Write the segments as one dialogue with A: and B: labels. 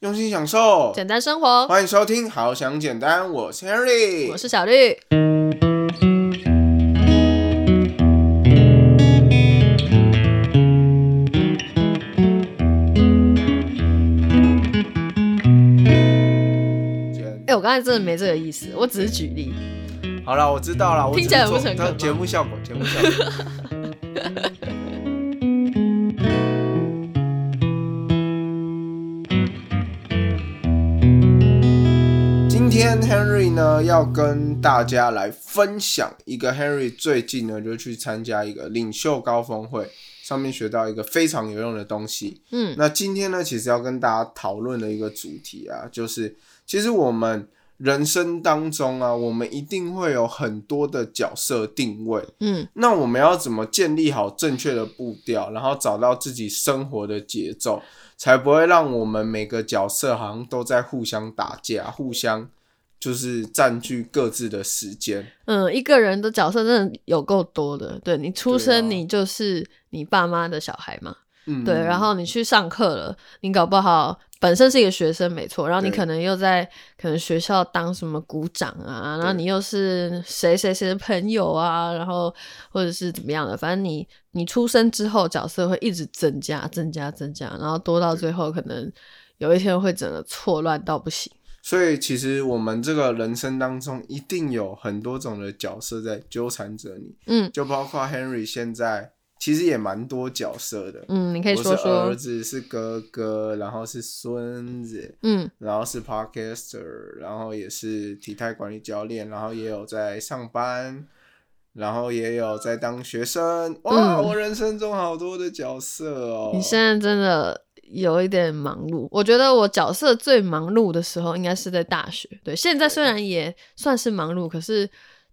A: 用心享受，
B: 简单生活。
A: 欢迎收听《好想简单》，我是 Henry，
B: 我是小绿。哎、我刚才真的没这个意思，我只是举例。
A: 好了，我知道了，我
B: 听
A: 只
B: 起来
A: 是
B: 很不
A: 做
B: 诚恳
A: 当
B: 吗
A: 节目效果，节目效果。今天 Henry 呢要跟大家来分享一个 Henry 最近呢就去参加一个领袖高峰会，上面学到一个非常有用的东西。
B: 嗯
A: 那今天呢，其实要跟大家讨论的一个主题啊，就是其实我们人生当中啊，我们一定会有很多的角色定位。
B: 嗯
A: 那我们要怎么建立好正确的步调，然后找到自己生活的节奏，才不会让我们每个角色好像都在互相打架，互相就是占据各自的时间。
B: 嗯，一个人的角色真的有够多的。对你出
A: 对啊
B: 生，你就是你爸妈的小孩嘛。
A: 嗯，
B: 对，然后你去上课了，你搞不好本身是一个学生没错，然后你
A: 对
B: 可能又在可能学校当什么鼓掌啊，然后
A: 对
B: 你又是谁谁谁的朋友啊，然后或者是怎么样的，反正你你出生之后角色会一直增加、增加、增加，然后多到最后可能有一天会整个错乱到不行。
A: 所以其实我们这个人生当中，一定有很多种的角色在纠缠着你。
B: 嗯
A: 就包括 Henry 现在其实也蛮多角色的。
B: 嗯，你可以
A: 我
B: 说
A: 是儿
B: 说，
A: 子，是哥哥，然后是孙子，
B: 嗯
A: 然后是 podcaster，然后也是体态管理教练，然后也有在上班，然后也有在当学生。哇，
B: 嗯
A: 我人生中好多的角色哦。
B: 你现在真的有一点忙碌。我觉得我角色最忙碌的时候应该是在大学。对，现在虽然也算是忙碌，可是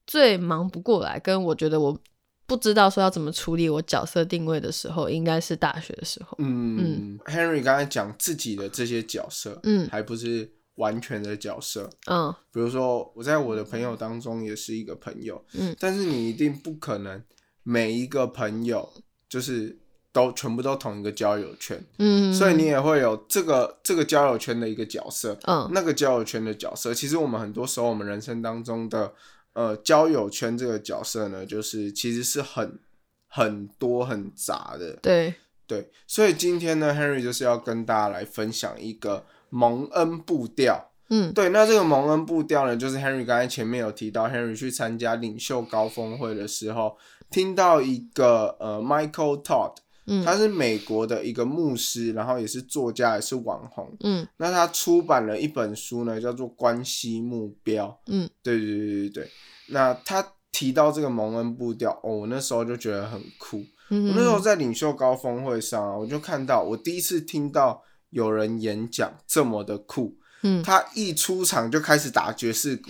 B: 最忙不过来，跟我觉得我不知道说要怎么处理我角色定位的时候，应该是大学的时候。
A: 嗯，Henry 刚才讲自己的这些角色，
B: 嗯
A: 还不是完全的角色。
B: 嗯
A: 比如说，我在我的朋友当中也是一个朋友，
B: 嗯
A: 但是你一定不可能每一个朋友就是都全部都同一个交友圈，
B: 嗯，
A: 所以你也会有这个这个交友圈的一个角色，
B: 嗯
A: 那个交友圈的角色。其实我们很多时候，我们人生当中的呃交友圈这个角色呢，就是其实是很很多很杂的，
B: 对
A: 对。所以今天呢，Henry 就是要跟大家来分享一个蒙恩步调。
B: 嗯
A: 对，那这个蒙恩步调呢，就是 Henry 刚才前面有提到，Henry 去参加领袖高峰会的时候，听到一个呃 Michael Todd，
B: 嗯
A: 他是美国的一个牧师，然后也是作家，也是网红。
B: 嗯
A: 那他出版了一本书呢，叫做《关系目标》。
B: 嗯，
A: 对对对对对。那他提到这个蒙恩步调，哦，我那时候就觉得很酷。我
B: 嗯，
A: 那时候在领袖高峰会上啊，我就看到我第一次听到有人演讲这么的酷。
B: 嗯。
A: 他一出场就开始打爵士鼓，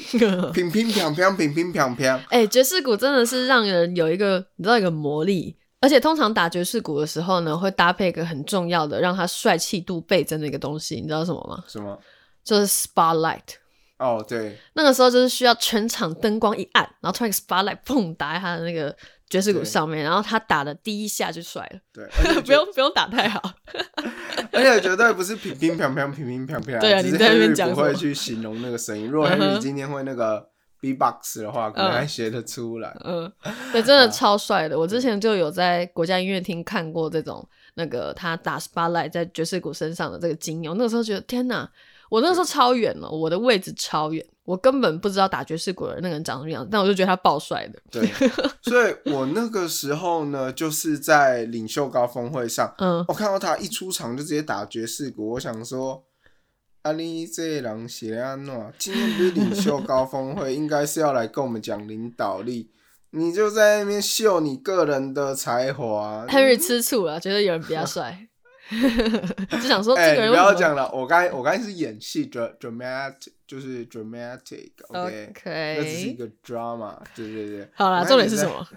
A: 乒乒乓乓，乒乒乓乓。
B: 哎、爵士鼓真的是让人有一个你知道一个魔力，而且通常打爵士鼓的时候呢，会搭配一个很重要的让它帅气度倍增的一个东西，你知道什么吗？
A: 什么？
B: 就是 spotlight。
A: 哦，对，
B: 那个时候就是需要全场灯光一暗，然后突然一个 spotlight 砰打在他的那个爵士鼓
A: 对
B: 上面，然后他打的第一下就帅了，
A: 对，而且
B: 不用不用打太好。
A: 而且绝对不是乒乒乓乓、乒乒乓乓。
B: 对啊
A: 只
B: 你
A: 是
B: 在那边
A: Henry
B: 讲
A: 不
B: 什么
A: 会去形容那个声音。如果
B: 嗯哼
A: Henry 今天会那个 B-box 的话，可能
B: 嗯
A: 还学得出来。
B: 嗯，对，真的超帅的。我
A: 嗯
B: 之前就有在国家音乐厅看过这种那个他打 spotlight 在爵士鼓身上的这个经验。我那个时候觉得天哪，我那个时候超远了，我的位置超远，我根本不知道打爵士鼓的那个人长什么样子，但我就觉得他爆帅的。
A: 对，所以我那个时候呢，就是在领袖高峰会上，
B: 嗯，
A: 我看到他一出场就直接打爵士鼓，我想说。阿里这狼写安诺，今天不是领袖高峰会，应该是要来跟我们讲领导力。你就在那边秀你个人的才华。
B: 亨瑞吃醋了，觉得有人比他 帅，就想说
A: 哎、
B: 这个人
A: 不
B: 为
A: 要
B: 什么
A: 讲了，我刚才我刚才是演戏，dra dramatic 就是 dramatic，OK，、那只是一
B: OK。
A: 个 drama，对对对。
B: 好啦，
A: 我
B: 重
A: 刚开始
B: 点是
A: 在
B: 什？么？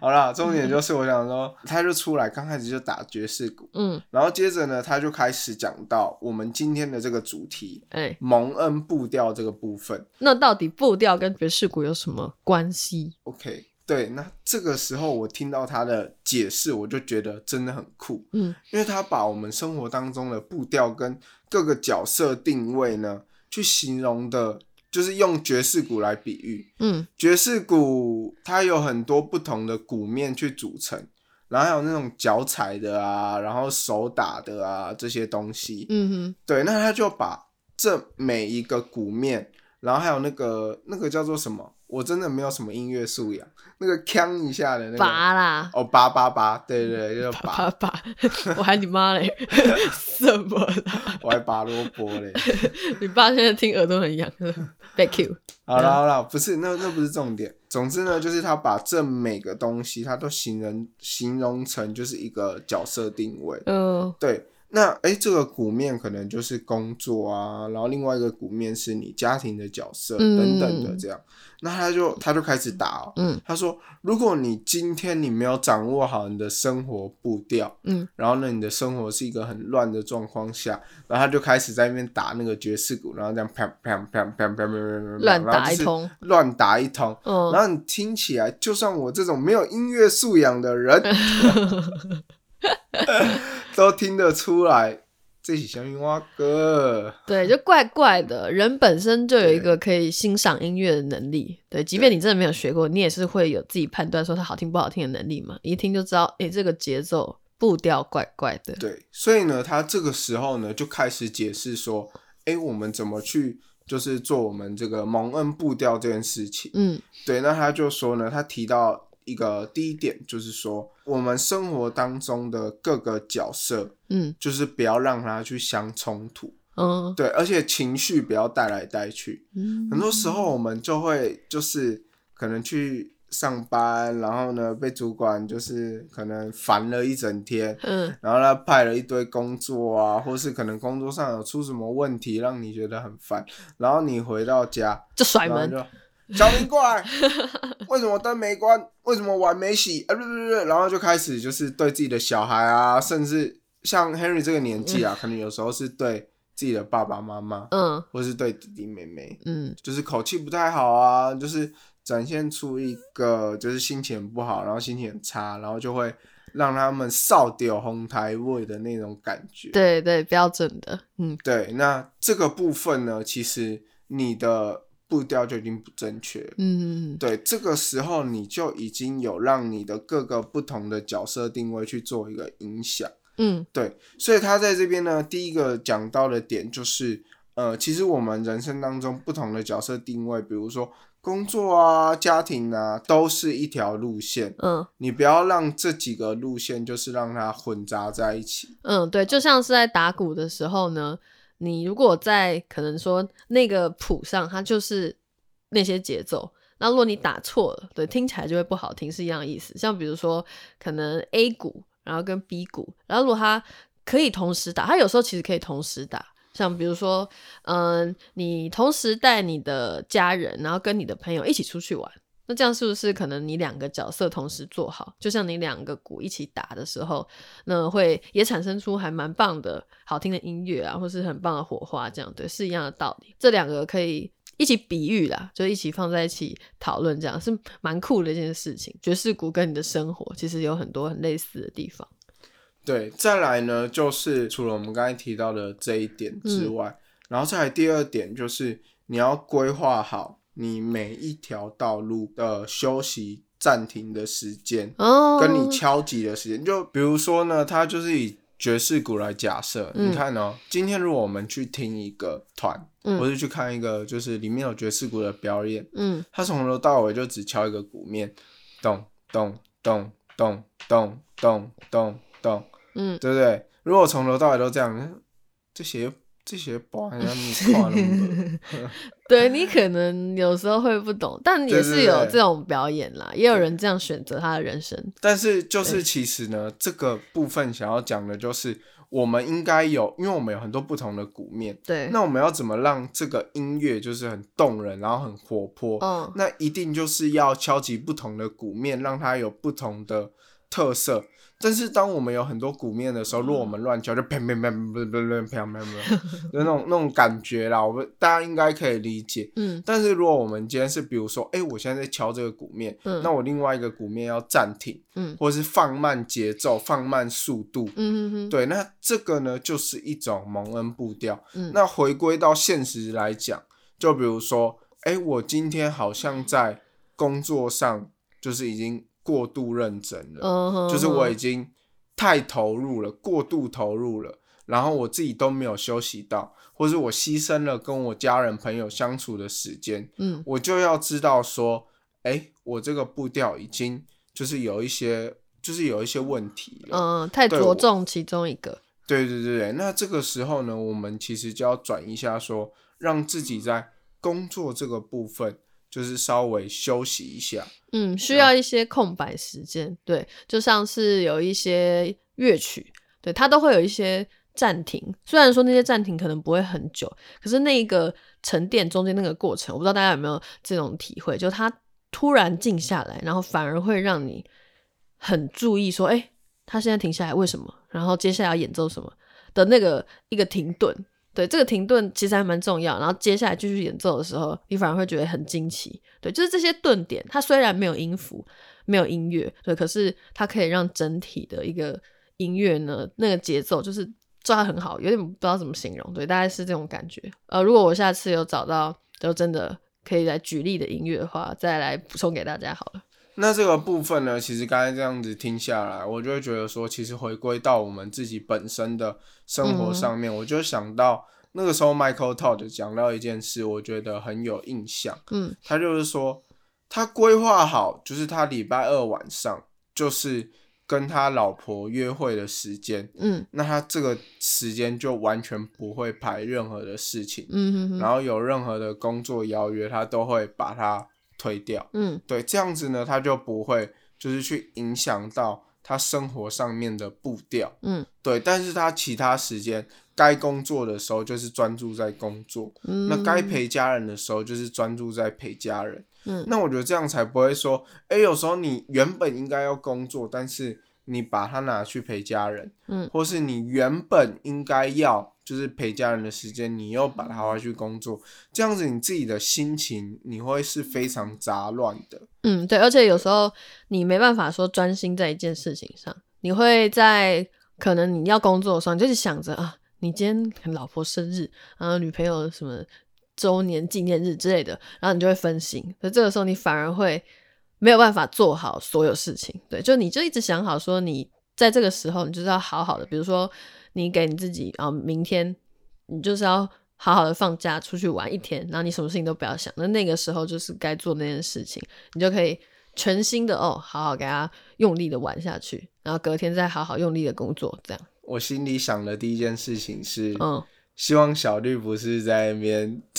A: 好啦，重点就是我想说，他就出来，刚开始就打爵士鼓，
B: 嗯，
A: 然后接着呢，他就开始讲到我们今天的这个主题
B: 哎、
A: ——蒙恩步调这个部分。
B: 那到底步调跟爵士鼓有什么关系？
A: OK，对，那这个时候我听到他的解释，我就觉得真的很酷，
B: 嗯
A: 因为他把我们生活当中的步调跟各个角色定位呢，去形容的，就是用爵士鼓来比喻。
B: 嗯
A: 爵士鼓它有很多不同的鼓面去组成，然后还有那种脚踩的啊，然后手打的啊这些东西。
B: 嗯哼，
A: 对，那他就把这每一个鼓面，然后还有那个那个叫做什么，我真的没有什么音乐素养，那个锵一下的那个。
B: 拔啦，
A: 哦，八八八，对对对，就是拔
B: 拔，拔， 我喊你妈嘞， 什么啦？
A: 我还拔萝卜嘞。
B: 你爸现在听耳朵很痒 ，back you，
A: 好了好了，不是那那不是重点。总之呢，就是他把这每个东西，他都形容形容成就是一个角色定位。
B: 嗯
A: 对，那诶，这个鼓面可能就是工作啊，然后另外一个鼓面是你家庭的角色、
B: 嗯
A: 等等的这样。那他就他就开始打、哦，
B: 嗯
A: 他说，如果你今天你没有掌握好你的生活步调，
B: 嗯，
A: 然后呢，你的生活是一个很乱的状况下，然后他就开始在那边打那个爵士鼓，然后这样啪啪啪啪啪啪啪啪，
B: 乱打一，通，
A: 乱打一通。
B: 嗯
A: 然后你听起来，就算我这种没有音乐素养的人，都听得出来，这是小青蛙歌。
B: 对，就怪怪的。人本身就有一个可以欣赏音乐的能力，对，即便你真的没有学过，你也是会有自己判断说它好听不好听的能力嘛。一听就知道，诶，这个节奏步调怪怪的。
A: 对，所以呢，他这个时候呢就开始解释说，诶，我们怎么去就是做我们这个蒙恩步调这件事情。
B: 嗯
A: 对，那他就说呢，他提到一个第一点，就是说我们生活当中的各个角色，
B: 嗯
A: 就是不要让它去相冲突。
B: 嗯
A: 对，而且情绪不要带来带去。
B: 嗯，
A: 很多时候我们就会就是可能去上班，然后呢被主管就是可能烦了一整天，
B: 嗯
A: 然后他派了一堆工作啊，或是可能工作上有出什么问题让你觉得很烦，然后你回到家，
B: 就甩
A: 然后
B: 门，
A: 啊就小明过来， 为什么灯没关？为什么碗没洗？啊，不不不，然后就开始就是对自己的小孩啊，甚至像 Henry 这个年纪啊，可能有时候是对自己的爸爸妈妈，
B: 嗯
A: 或是对弟弟妹妹，
B: 嗯
A: 就是口气不太好啊，就是展现出一个就是心情很不好，然后心情很差，然后就会让他们扫掉红台位的那种感觉。
B: 对对，标准的，嗯
A: 对那这个部分呢，其实你的步调就已经不正确了。
B: 嗯嗯
A: 对，这个时候你就已经有让你的各个不同的角色定位去做一个影响。
B: 嗯
A: 对，所以他在这边呢，第一个讲到的点就是，呃，其实我们人生当中不同的角色定位，比如说工作啊、家庭啊，都是一条路线，
B: 嗯
A: 你不要让这几个路线就是让它混杂在一起。
B: 嗯，对，就像是在打鼓的时候呢，你如果在可能说那个谱上，它就是那些节奏。那如果你打错了，对，听起来就会不好听，是一样的意思。像比如说，可能 A 鼓，然后跟 B 鼓，然后如果它可以同时打，它有时候其实可以同时打。像比如说，嗯，你同时带你的家人，然后跟你的朋友一起出去玩，那这样是不是可能你两个角色同时做好？就像你两个鼓一起打的时候，那会也产生出还蛮棒的好听的音乐啊，或是很棒的火花，这样对，是一样的道理。这两个可以一起比喻啦，就一起放在一起讨论，这样是蛮酷的一件事情。爵士鼓跟你的生活其实有很多很类似的地方。
A: 对，再来呢，就是除了我们刚才提到的这一点之外，然后再来第二点就是你要规划好你每一条道路的休息暂停的时间。
B: 哦，
A: 跟你敲击的时间。就比如说呢，它就是以爵士鼓来假设，
B: 嗯
A: 你看哦，今天如果我们去听一个团，
B: 嗯
A: 或是去看一个就是里面有爵士鼓的表演，
B: 嗯
A: 它从头到尾就只敲一个鼓面，咚咚咚咚咚咚咚咚，
B: 嗯
A: 对不对？如果从头到尾都这样，这些这些包好像你看了。
B: 对你可能有时候会不懂，但也是有
A: 对对
B: 这种表演啦，也有人这样选择他的人生。
A: 但是就是其实呢，这个部分想要讲的就是，我们应该有，因为我们有很多不同的鼓面，
B: 对，
A: 那我们要怎么让这个音乐就是很动人，然后很活泼？
B: 嗯
A: 那一定就是要敲击不同的鼓面，让它有不同的特色。但是当我们有很多鼓面的时候，如果我们乱敲，就砰砰砰砰砰砰砰砰，就那种那种感觉啦。我们大家应该可以理解。
B: 嗯
A: 但是如果我们今天是比如说，哎、我现在在敲这个鼓面，
B: 嗯
A: 那我另外一个鼓面要暂停，
B: 嗯
A: 或是放慢节奏、放慢速度。
B: 嗯哼哼，
A: 对，那这个呢，就是一种蒙恩步调。
B: 嗯
A: 那回归到现实来讲，就比如说，哎、我今天好像在工作上就是已经过度认真了，
B: 嗯哼，
A: 就是我已
B: 哼
A: 经太投入了，过度投入了，然后我自己都没有休息到，或是我牺牲了跟我家人朋友相处的时间，
B: 嗯
A: 我就要知道说，哎、我这个步调已经就是有一些，就是有一些问题了。
B: 嗯太
A: 对
B: 着
A: 我
B: 重其中一个，
A: 对对对对，那这个时候呢，我们其实就要转一下说让自己在工作这个部分就是稍微休息一下。
B: 嗯，需
A: 然
B: 要一些空白时间。对，就像是有一些乐曲，对它都会有一些暂停。虽然说那些暂停可能不会很久，可是那个沉淀中间那个过程，我不知道大家有没有这种体会，就它突然静下来，然后反而会让你很注意说，哎、他现在停下来为什么？然后接下来要演奏什么的那个一个停顿。对，这个停顿其实还蛮重要。然后接下来继续演奏的时候，你反而会觉得很惊奇。对，就是这些顿点，它虽然没有音符，没有音乐，对，可是它可以让整体的一个音乐呢，那个节奏就是抓得很好，有点不知道怎么形容。对，大概是这种感觉。呃，如果我下次有找到就真的可以来举例的音乐的话，再来补充给大家好了。
A: 那这个部分呢，其实刚才这样子听下来，我就会觉得说，其实回归到我们自己本身的生活上面，我就想到那个时候 Michael Todd 讲到一件事，我觉得很有印象。
B: 嗯
A: 他就是说，他规划好，就是他礼拜二晚上就是跟他老婆约会的时间，
B: 嗯
A: 那他这个时间就完全不会排任何的事情，
B: 嗯哼哼
A: 然后有任何的工作邀约，他都会把它推掉。
B: 嗯
A: 对，这样子呢，他就不会就是去影响到他生活上面的步调。
B: 嗯
A: 对，但是他其他时间该工作的时候就是专注在工作，
B: 嗯，
A: 那该陪家人的时候就是专注在陪家人。
B: 嗯
A: 那我觉得这样才不会说，哎、有时候你原本应该要工作，但是你把它拿去陪家人，
B: 嗯
A: 或是你原本应该要就是陪家人的时间，你又把它花去工作，这样子你自己的心情你会是非常杂乱的。
B: 嗯，对，而且有时候你没办法说专心在一件事情上，你会在可能你要工作的时候，你就是想着啊，你今天可能老婆生日，然后女朋友什么周年纪念日之类的，然后你就会分心，所以这个时候你反而会没有办法做好所有事情。对，就你就一直想好说，你在这个时候你就是要好好的，比如说你给你自己啊、明天你就是要好好的放假出去玩一天，然后你什么事情都不要想，那那个时候就是该做那件事情，你就可以全心的哦，好好给他用力的玩下去，然后隔天再好好用力的工作，这样，
A: 我心里想的第一件事情是，
B: 嗯
A: 希望小绿不是在那边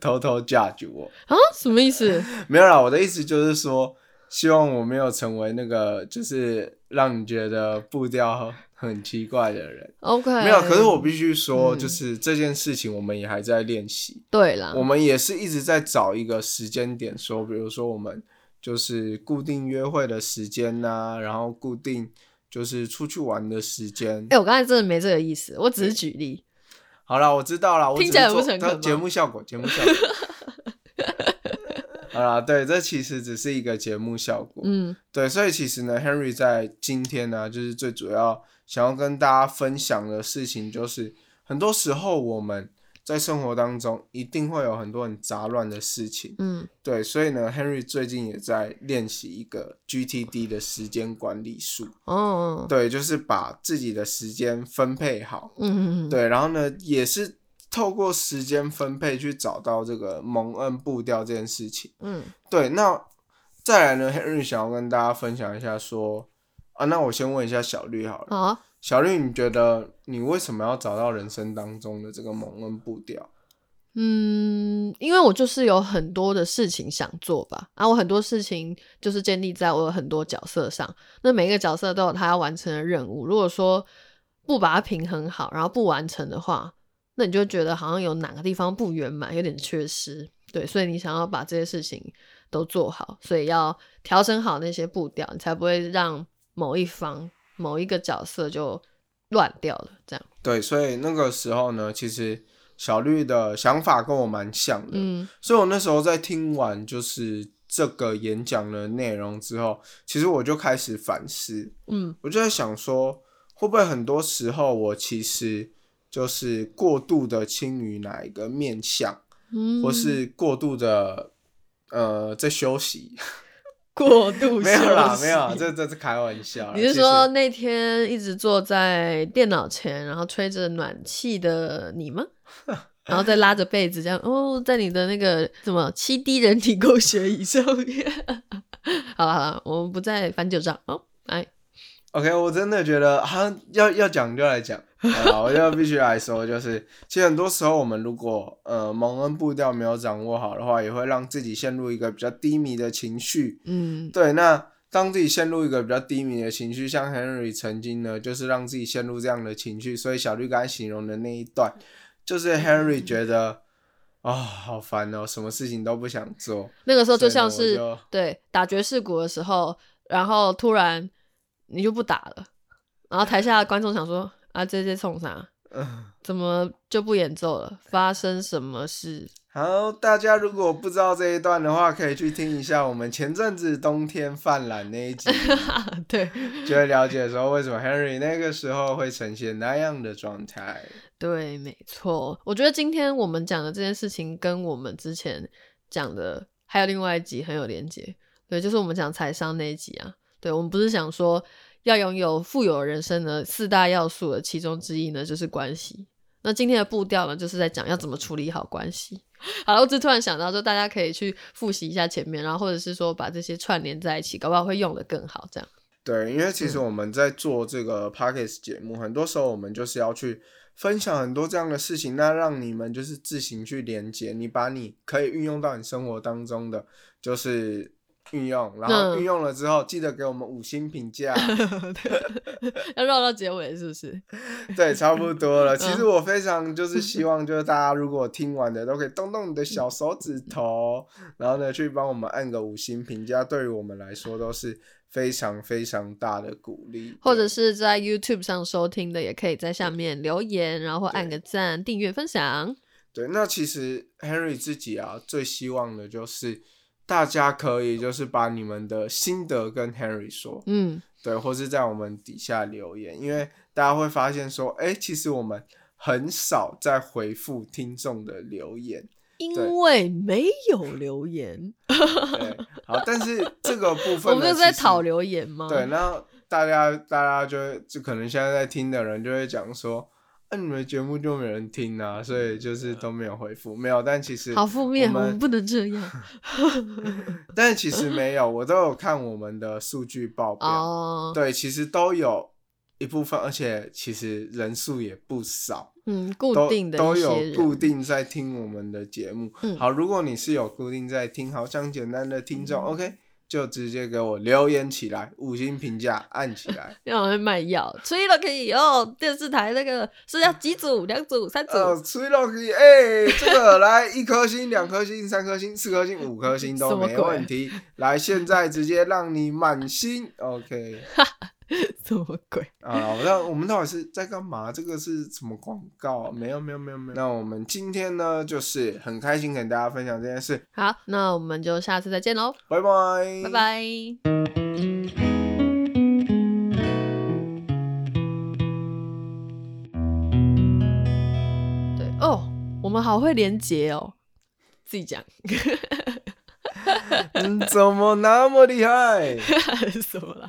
A: 偷偷 judge 我。
B: 啊，什么意思？
A: 没有啦，我的意思就是说，希望我没有成为那个就是让你觉得步调很奇怪的人。
B: OK，
A: 没有，可是我必须说，
B: 嗯
A: 就是这件事情我们也还在练习，
B: 对啦，
A: 我们也是一直在找一个时间点说，比如说我们就是固定约会的时间呐、然后固定就是出去玩的时间
B: 哎、。我刚才真的没这个意思，我只是举例，
A: 好啦，我知道啦，我只
B: 听起来
A: 是做
B: 不诚啊恳
A: 它
B: 吗
A: 节目效果，节目 效果。好啦，对，这其实只是一个节目效果。
B: 嗯
A: 对，所以其实呢，Henry 在今天呢，就是最主要想要跟大家分享的事情，就是很多时候我们在生活当中一定会有很多很杂乱的事情。
B: 嗯
A: 对，所以呢，Henry 最近也在练习一个 GTD 的时间管理术。
B: 哦，
A: 对，就是把自己的时间分配好。
B: 嗯嗯，嗯，
A: 对，然后呢，也是透过时间分配去找到这个蒙恩步调这件事情。
B: 嗯
A: 对，那再来呢，Henry 想要跟大家分享一下说，啊，那我先问一下小绿好了，
B: 好啊。
A: 小绿，你觉得你为什么要找到人生当中的这个蒙恩步调？
B: 嗯，因为我就是有很多的事情想做吧，啊，我很多事情就是建立在我有很多角色上，那每一个角色都有他要完成的任务。如果说不把它平衡好，然后不完成的话，那你就觉得好像有哪个地方不圆满，有点缺失。对，所以你想要把这些事情都做好，所以要调整好那些步调，你才不会让某一方某一个角色就乱掉了，这样。
A: 对，所以那个时候呢，其实小绿的想法跟我蛮像的，
B: 嗯
A: 所以我那时候在听完就是这个演讲的内容之后，其实我就开始反思，
B: 嗯
A: 我就在想说，会不会很多时候我其实就是过度的倾于哪一个面相，
B: 嗯，
A: 或是过度的呃在休息？
B: 过度
A: 没有啦，
B: 休息
A: 没有啦，这这是开玩笑啦。
B: 你是
A: 其实
B: 说那天一直坐在电脑前，然后吹着暖气的你吗？ 然后再拉着被子这样哦，在你的那个什么七滴人体工学椅上面。 好了好了，我们不再翻旧账哦。哎，
A: OK，我真的觉得啊，要要讲就来讲，好啦我就必须来说，就是其实很多时候我们如果呃蒙恩步调没有掌握好的话，也会让自己陷入一个比较低迷的情绪。
B: 嗯
A: 对，那当自己陷入一个比较低迷的情绪，像 Henry 曾经呢，就是让自己陷入这样的情绪，所以小绿刚才形容的那一段，就是
B: 嗯
A: Henry 觉得啊、好烦哦，什么事情都不想做，
B: 那个时候就
A: 所以呢
B: 像
A: 我
B: 是
A: 就
B: 对打爵士鼓的时候，然后突然你就不打了，然后台下的观众想说啊，这这冲啥？
A: 嗯。
B: 怎么就不演奏了？发生什么事？
A: 好，大家如果不知道这一段的话，可以去听一下我们前阵子冬天犯懒那一集，
B: 对
A: 就会了解说为什么 Henry 那个时候会呈现那样的状态。
B: 对，没错。我觉得今天我们讲的这件事情，跟我们之前讲的还有另外一集很有连结。对，就是我们讲财商那一集啊。对，我们不是想说要拥有富有人生的四大要素的其中之一呢，就是关系。那今天的步调呢，就是在讲要怎么处理好关系。 好了，我只突然想到，就大家可以去复习一下前面，然后或者是说把这些串联在一起，搞不好会用的更好。这样，
A: 对，因为其实
B: 嗯
A: 我们在做这个 podcast 节目，很多时候我们就是要去分享很多这样的事情，那让你们就是自行去连接，你把你可以运用到你生活当中的，就是运用，然后
B: 嗯
A: 运用了之后，记得给我们五星评 价。
B: 要绕到结尾是不是？
A: 对，差不多了。其实
B: 嗯
A: 我非常 就是希望，就是大家如果听完的，都可以动动你的小手指头，然后呢，去帮我们按个五星评价，对于我们来说都是非常非常大的鼓励。
B: 或者
A: 对
B: 是在 YouTube 上收听的，也可以在下面留言，然后或按个赞、订阅、分享。
A: 对，那其实 Henry 自己啊，最希望的就是大家可以就是把你们的心得跟 Henry 说，
B: 嗯，
A: 对，或是在我们底下留言，因为大家会发现说，哎，其实我们很少在回复听众的留言。
B: 因为没有留言，
A: 对，好，但是这个部分
B: 我们
A: 呢
B: 不是在
A: 其实
B: 讨啊留言吗？
A: 对，那大家大家就会就可能现在在听的人就会讲说，那、你们的节目就没人听啊，所以就是都没有回复，没有。但其实
B: 嗯好负面，哦
A: 我
B: 我
A: 们
B: 们不能这 样
A: 但其实没有，我都有看我们的数据报表，
B: 哦。
A: 对，其实都有一部分，而且其实人数也不少。
B: 嗯，固
A: 都
B: 定的
A: 都
B: 一
A: 有
B: 些人
A: 固定在听我们的节目。
B: 嗯。
A: 好，如果你是有固定在听，好像简单的听众、o k 就直接给我留言起来，五星评价按起来
B: 要卖药，吹了可以哦。电视台那个是要几组、两组、三组、
A: 呃，吹到可以，哎、这个来一颗星、两颗星、三颗星、四颗星、五颗星
B: 什
A: 都
B: 么
A: 没
B: 鬼
A: 问题。来，现在直接让你满星，OK。
B: 什么鬼？
A: 啊，那我们到底是在干嘛？这个是什么广告、啊？没有，没有，没有，没有。那我们今天呢，就是很开心跟大家分享这件事，
B: 好，那我们就下次再见喽，
A: 拜拜，
B: 拜。拜。对哦，我们好会连结哦，自己讲
A: 嗯，怎么那么厉害？
B: 什么啦？